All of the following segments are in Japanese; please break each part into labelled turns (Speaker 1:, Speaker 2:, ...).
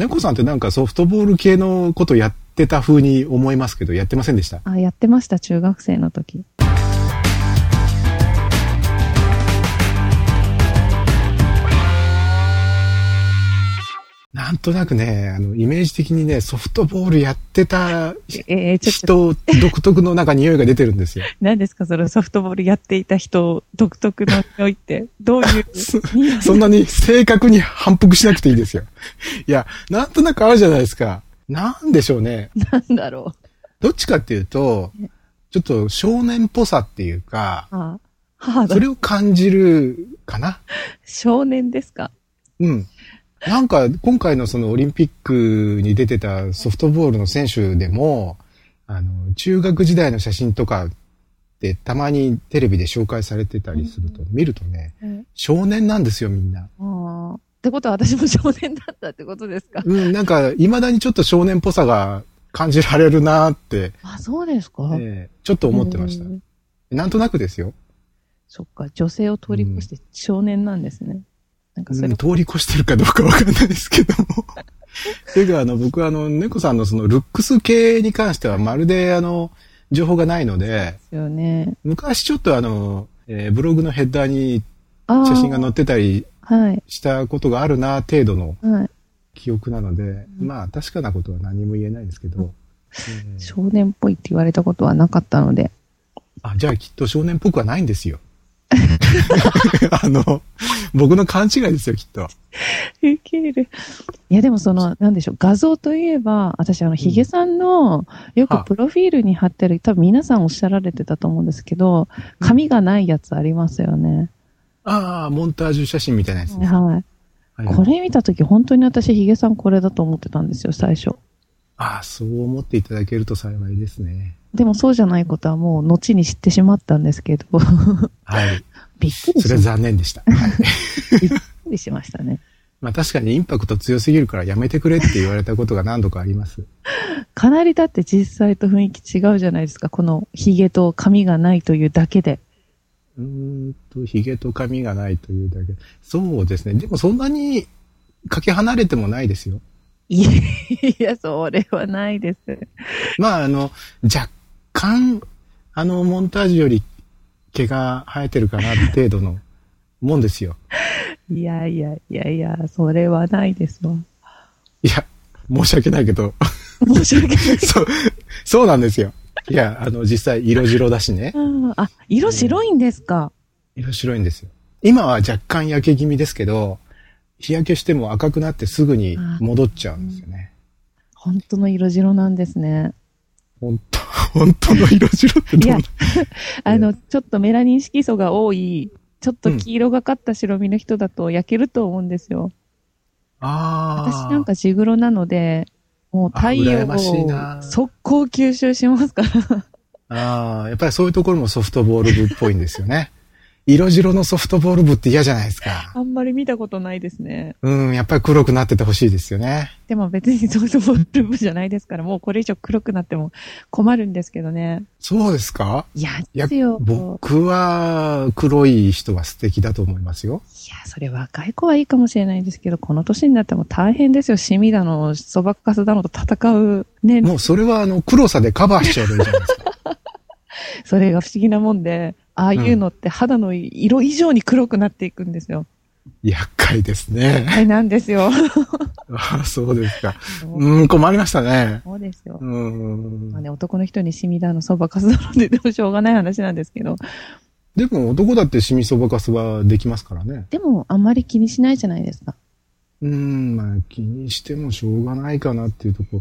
Speaker 1: 猫さんってなんかソフトボール系のことやってた風に思いますけど、やってませんでした
Speaker 2: あ、やってました、中学生の時。
Speaker 1: なんとなくね、あの、イメージ的にね、ソフトボールやってた
Speaker 2: えー、ちょっと、
Speaker 1: 人独特のなんか匂いが出てるんですよ。
Speaker 2: 何ですか、そのソフトボールやっていた人独特の匂いって、どう いう匂い
Speaker 1: そんなに正確に反復しなくていいですよ。いや、なんとなくあるじゃないですか。なんでしょうね。
Speaker 2: なんだろ
Speaker 1: どっちかっていうと、ちょっと少年っぽさっていうか
Speaker 2: う。、あ母だ
Speaker 1: そ。れを感じるかな。
Speaker 2: 少年ですか
Speaker 1: うん。なんか、今回のそのオリンピックに出てたソフトボールの選手でも、あの、中学時代の写真とかってたまにテレビで紹介されてたりすると、見るとね、少年なんですよ、みんな。
Speaker 2: あーってことは私も少年だったってことですか
Speaker 1: うん、なんか、未だにちょっと少年っぽさが感じられるなーって、
Speaker 2: あ、そうですか、
Speaker 1: ええちょっと思ってました
Speaker 2: う。ん
Speaker 1: なんとなくですよ。
Speaker 2: そっか、女性を通り越して少年なんですね。なんかそれ
Speaker 1: うん、通り越してるかどうかわかんないですけど も。ていうか、あの、僕はあの、猫さんのその、ルックス系に関しては、まるで、あの、情報がないので、
Speaker 2: ですよね。
Speaker 1: 昔ちょっとあの、えーブログのヘッダーに
Speaker 2: あー
Speaker 1: 写真が載ってたり
Speaker 2: はい、
Speaker 1: したことがあるな、程度の
Speaker 2: はい。
Speaker 1: 記憶なので、まあ、確かなことは何も言えないですけど、えー
Speaker 2: 少年っぽいって言われたことはなかったので。
Speaker 1: あ、じゃあきっと少年っぽくはないんですよ。 あの、僕の勘違いですよ、きっと。
Speaker 2: ウケる。いや、でもその、なんでしょう、画像といえば、私、あの、ヒゲさんの、よ
Speaker 1: は
Speaker 2: く
Speaker 1: い
Speaker 2: プロフィールに貼ってる、多分皆さんおっしゃられてたと思うんですけど、紙がないやつありますよね。
Speaker 1: ああ、モンタージュ写真みたいなやつね。
Speaker 2: はい。
Speaker 1: はい
Speaker 2: これ見たとき、本当に私、ヒゲさんこれだと思ってたんですよ、最初。
Speaker 1: ああ、そう思っていただけると幸いですね。
Speaker 2: でも、そうじゃないことはもう、後に知ってしまったんですけど、
Speaker 1: はい。
Speaker 2: びっく
Speaker 1: そ
Speaker 2: りし
Speaker 1: れは
Speaker 2: びっ
Speaker 1: 残念でした。 はい。
Speaker 2: くりしましたね。
Speaker 1: まあ確かにインパクト強すぎるからやめてくれって言われたことが何度かあります。
Speaker 2: かなりだって実際と雰囲気違うじゃないですか、このヒゲと髪がないというだけで。
Speaker 1: うーんと、髭と髪がないというだけ。そうですね。でもそんなにかけ離れてもないですよ。
Speaker 2: いや、いや、それはないです。
Speaker 1: まああの、若干、あのモンタージュより毛が生えてるかな程度のもんですよ。
Speaker 2: いやいやいやいや、それはないですわ。
Speaker 1: いや、申し訳ないけど、
Speaker 2: 申し訳ない。
Speaker 1: そう、そうなんですよ。いや、あの実際色白だしね。
Speaker 2: うんあ、色白いんですか。
Speaker 1: 色白いんですよ。今は若干焼け気味ですけど、日焼けしても赤くなってすぐに戻っちゃうんですよね。
Speaker 2: 本当の色白なんですね。
Speaker 1: 本当、 本当の色白ってどう
Speaker 2: いやあの、ちょっとメラニン色素が多い、ちょっと黄色がかった白身の人だと焼けると思うんですよ。私
Speaker 1: ああ。
Speaker 2: なんかジグロなので、もう太
Speaker 1: あ羨
Speaker 2: 陽
Speaker 1: ましい
Speaker 2: を
Speaker 1: な
Speaker 2: 速攻吸収しますから。
Speaker 1: ああ、やっぱりそういうところもソフトボール部っぽいんですよね。色白のソフトボール部って嫌じゃないですか。
Speaker 2: あんまり見たことないですね。
Speaker 1: うん、やっぱり黒くなっててほしいですよね。
Speaker 2: でも別にソフトボール部じゃないですから、もうこれ以上黒くなっても困るんですけどね。
Speaker 1: そうですか
Speaker 2: いや、
Speaker 1: いや
Speaker 2: ですよ。
Speaker 1: 僕は黒い人は素敵だと思いますよ。
Speaker 2: いや、それ若い子はいいかもしれないですけど、この年になっても大変ですよ。シミだの、そばかすだのと戦う。ね、
Speaker 1: もうそれはあの黒さでカバーしちゃえばいいじゃないです か。
Speaker 2: それが不思議なもんで、ああいうのって肌の色以上に黒くなっていくんですよ。
Speaker 1: 厄介ですね。
Speaker 2: はい、なんですよ。
Speaker 1: ああ、そうですか。
Speaker 2: そう
Speaker 1: うん、困りましたね。
Speaker 2: そうですよ
Speaker 1: う。ん
Speaker 2: まあ。ね、男の人にシミだの、そばかすだのって言ってもしょうがない話なんですけど、
Speaker 1: でも男だってシミそばかすはできますからね。
Speaker 2: でもあんまり気にしないじゃないですか。
Speaker 1: うん、まあ気にしてもしょうがないかなっていうとこ。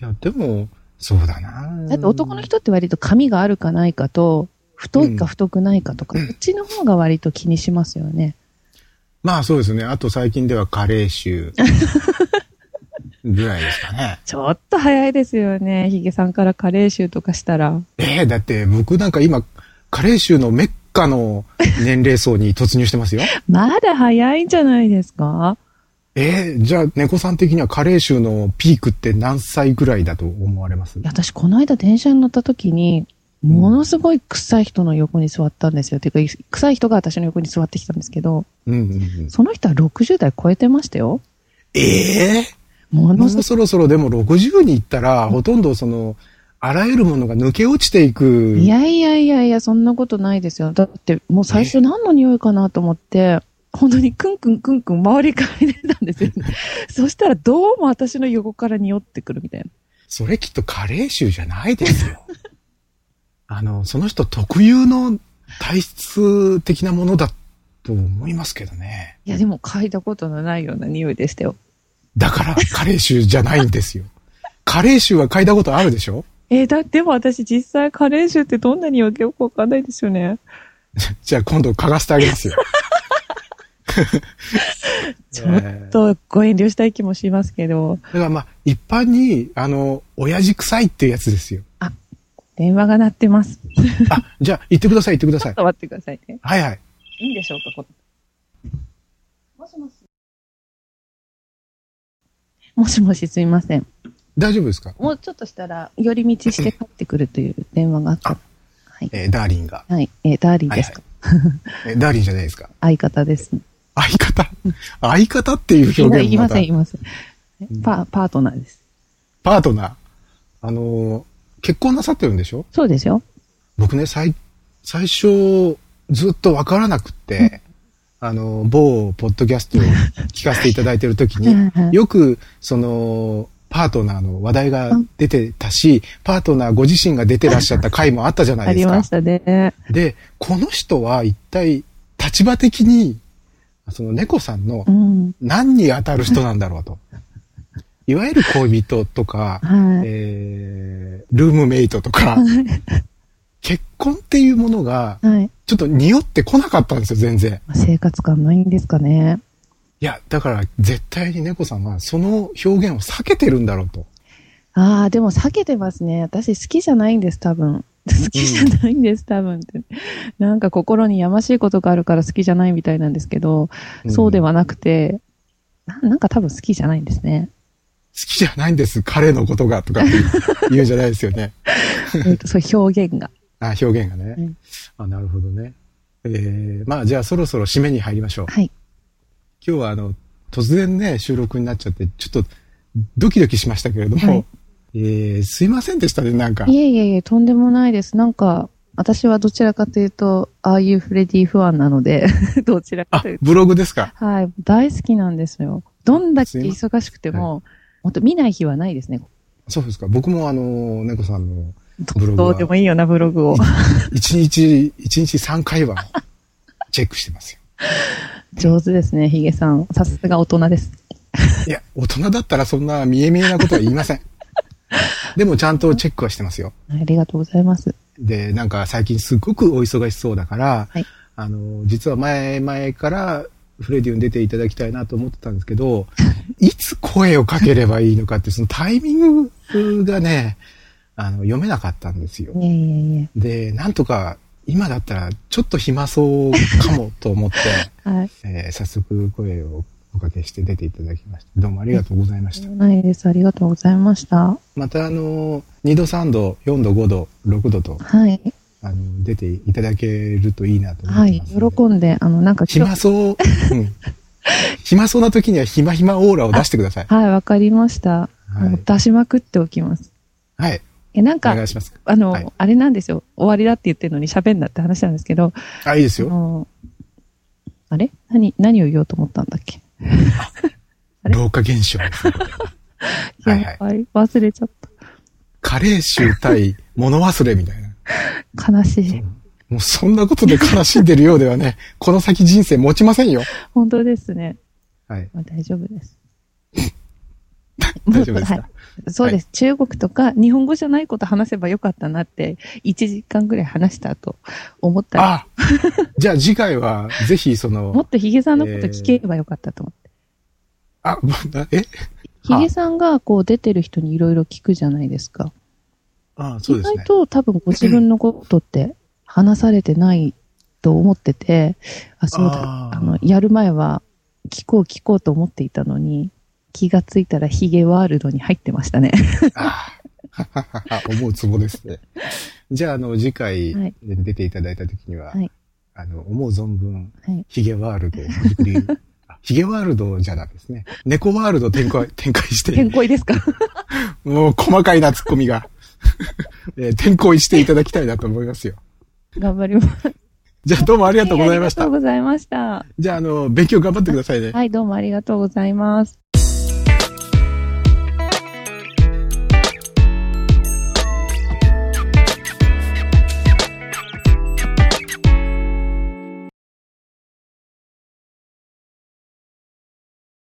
Speaker 1: いや、でも、そうだな。
Speaker 2: だって男の人って割と髪があるかないかと、太いか太くないかとか、こっちの方が割と気にしますよね。
Speaker 1: まあそうですね。あと最近では加齢臭ぐらいですかね。
Speaker 2: ちょっと早いですよね。ヒゲさんから加齢臭とかしたら。
Speaker 1: ええだって僕なんか今、加齢臭のメッカの年齢層に突入して ますよ。
Speaker 2: まだ早いんじゃないですか
Speaker 1: ええじゃあ猫さん的には加齢臭のピークって何歳ぐらいだと思われます
Speaker 2: いや、私この間電車に乗った時に、ものすごい臭い人の横に座ったんですよ。ていうか、臭い人が私の横に座ってきたんですけど、
Speaker 1: うんうんうん。
Speaker 2: その人は60代超えてましたよ。
Speaker 1: ええものそろそろでも60に行ったら、ほとんどその、あらゆるものが抜け落ちていく。
Speaker 2: いやいやいやいや、そんなことないですよ。だって、もう最初何の匂いかなと思って、本当にくんくんくんくん周りから出たんですよ、ね。そしたらどうも私の横から匂ってくるみたいな。
Speaker 1: それきっと加齢臭じゃないですよ。 あの、その人特有の体質的なものだと思いますけどね。
Speaker 2: いや、でも嗅いだことのないような匂いでしたよ。
Speaker 1: だから加齢臭じゃないん ですよ。加齢臭は嗅いだことあるでしょ
Speaker 2: えー、だ、でも私実際加齢臭ってどんな匂いかよくわかんないですよね。
Speaker 1: じゃあ今度嗅がせてあげますよ。
Speaker 2: ちょっとご遠慮したい気もしますけど。
Speaker 1: だからまあ、一般に、あの、親父臭いっていうやつですよ。
Speaker 2: あ、電話が鳴ってます。
Speaker 1: あ、じゃあ、行ってください、行ってください。ちょっ
Speaker 2: と待ってくださいね。
Speaker 1: はいはい。
Speaker 2: いいんでしょうか、こもしもし。もしもし、すいません。
Speaker 1: 大丈夫ですか
Speaker 2: もうちょっとしたら、寄り道して帰ってくるという電話があった。
Speaker 1: はい、えー、ダーリンが。
Speaker 2: はい、えー、ダーリンですか。
Speaker 1: はいはい、えー、ダーリンじゃないですか。
Speaker 2: 相方ですね。
Speaker 1: 相 方相方っていう表現
Speaker 2: いません、いません。パ、パートナーです。
Speaker 1: パートナーあのー、結婚なさってるんでしょ
Speaker 2: そうですよ。
Speaker 1: 僕ね、最、最初、ずっとわからなくって、あの、某ポッドキャストを聞かせていただいてるときに、よく、その、パートナーの話題が出てたし、パートナーご自身が出てらっしゃった回もあったじゃないですか。
Speaker 2: ありましたね。
Speaker 1: で、この人は一体、立場的にその猫さんの何に当たる人なんだろうと。いわゆる恋人とか、はい、えー、ルームメイトとか、 結婚っていうものが、ちょっと匂ってこなかったんですよ、全然。
Speaker 2: 生活感ないんですかね。
Speaker 1: いや、だから絶対に猫さんはその表現を避けてるんだろうと。
Speaker 2: ああ、でも避けてますね。私好きじゃないんです、多分。好きじゃないんです、うん、多分って。なんか心にやましいことがあるから好きじゃないみたいなんですけど、うん、そうではなくてな、なんか多分好きじゃないんです ね。
Speaker 1: 好きじゃないんです、彼のことがとか言うじゃないですよね。
Speaker 2: そう表現が。
Speaker 1: あ、表現がね。うん、あなるほどね。えー、まあじゃあそろそろ締めに入りましょう。
Speaker 2: はい。
Speaker 1: 今日はあの、突然ね、収録になっちゃって、ちょっとドキドキしましたけれども、はいえー、すいませんでしたね、なんか。
Speaker 2: いえいえいえ、とんでもないです。なんか、私はどちらかというと、ああいうフレディファンなので どちらかというと。
Speaker 1: ブログですか
Speaker 2: はい、大好きなんですよ。どんだけ忙しくても、本当、はい、見ない日はないですね。
Speaker 1: そうですか。僕もあの、猫さんの
Speaker 2: ブログどうでもいいよな、ブログ を。
Speaker 1: 一日、一日3回は、チェックしてますよ。
Speaker 2: 上手ですね、ヒゲさん。さすが大人です。
Speaker 1: いや、大人だったらそんな見え見えなことは言いません。でもちゃんとチェックはしてますよ。
Speaker 2: ありがとうございます。
Speaker 1: で、なんか最近すっごくお忙しそうだから、はい、あの、実は前々からフレディオに出ていただきたいなと思ってたんですけ ど、いつ声をかければいいのかって、そのタイミングがね、あの、読めなかったんですよ。
Speaker 2: いやいやいや
Speaker 1: で、なんとか、今だったらちょっと暇そうかもと思って、 はいえー、早速声をおかけして出ていただきました。どうもありがとうございました。
Speaker 2: ないです。ありがとうございました。
Speaker 1: また、あの、2度、3度、4度、5度、6度と、
Speaker 2: はい。。
Speaker 1: あの、出ていただけるといいなと思います
Speaker 2: はい。喜んで、あの、なんか、
Speaker 1: 暇そう、うん。 暇そうな時には、ひまひまオーラを出してください。
Speaker 2: はい、わかりました。はい、出しまくっておきます。
Speaker 1: はい。
Speaker 2: え、なんか、あの、はい、あれなんですよ。終わりだって言ってるのに喋んなって話なんですけど。
Speaker 1: あ、いいですよ。
Speaker 2: ああれ何、何を言おうと思ったんだっけ
Speaker 1: 老化現象。
Speaker 2: はいはい。はい、忘れちゃった。
Speaker 1: 加齢臭対物忘れみたいな。
Speaker 2: 悲しい。
Speaker 1: もうそんなことで悲しんでるようでは ね、この先人生持ちませんよ。
Speaker 2: 本当ですね。
Speaker 1: はい。
Speaker 2: 大丈夫です。、
Speaker 1: 大丈夫ですか、はい
Speaker 2: そう です、はい、中国とか日本語じゃないこと話せばよかったなって、1時間ぐらい話したと思ったら。あ
Speaker 1: じゃあ次回は、ぜひその。
Speaker 2: もっとヒゲさんのこと聞ければよかったと思って。
Speaker 1: えー、あ、え
Speaker 2: ヒゲさんがこう出てる人にいろいろ聞くじゃないですか。
Speaker 1: あそうですね。
Speaker 2: 意外と多分ご自分のことって話されてないと思ってて、あ、そうだ、あの、やる前は聞こう聞こうと思っていたのに、気がついたらヒゲワールドに入ってましたね
Speaker 1: ああ。 思うツボですね。じゃあ、あの、次回出 ていただいた時には、はい、あの、思う存分、ヒゲワールドを振り、はい、ヒゲワールドじゃないですね。猫ワールド展 開、展開して。
Speaker 2: 健康いですか
Speaker 1: もう細かいな、ツッコミ が。えー、転校していただきたいなと思いますよ。
Speaker 2: 頑張ります。
Speaker 1: じゃあどうもありがとうございまし
Speaker 2: ありがと
Speaker 1: た
Speaker 2: う。ございました。
Speaker 1: じゃあ、あの、勉強頑張ってくださいね。
Speaker 2: はい、どうもありがとうございます。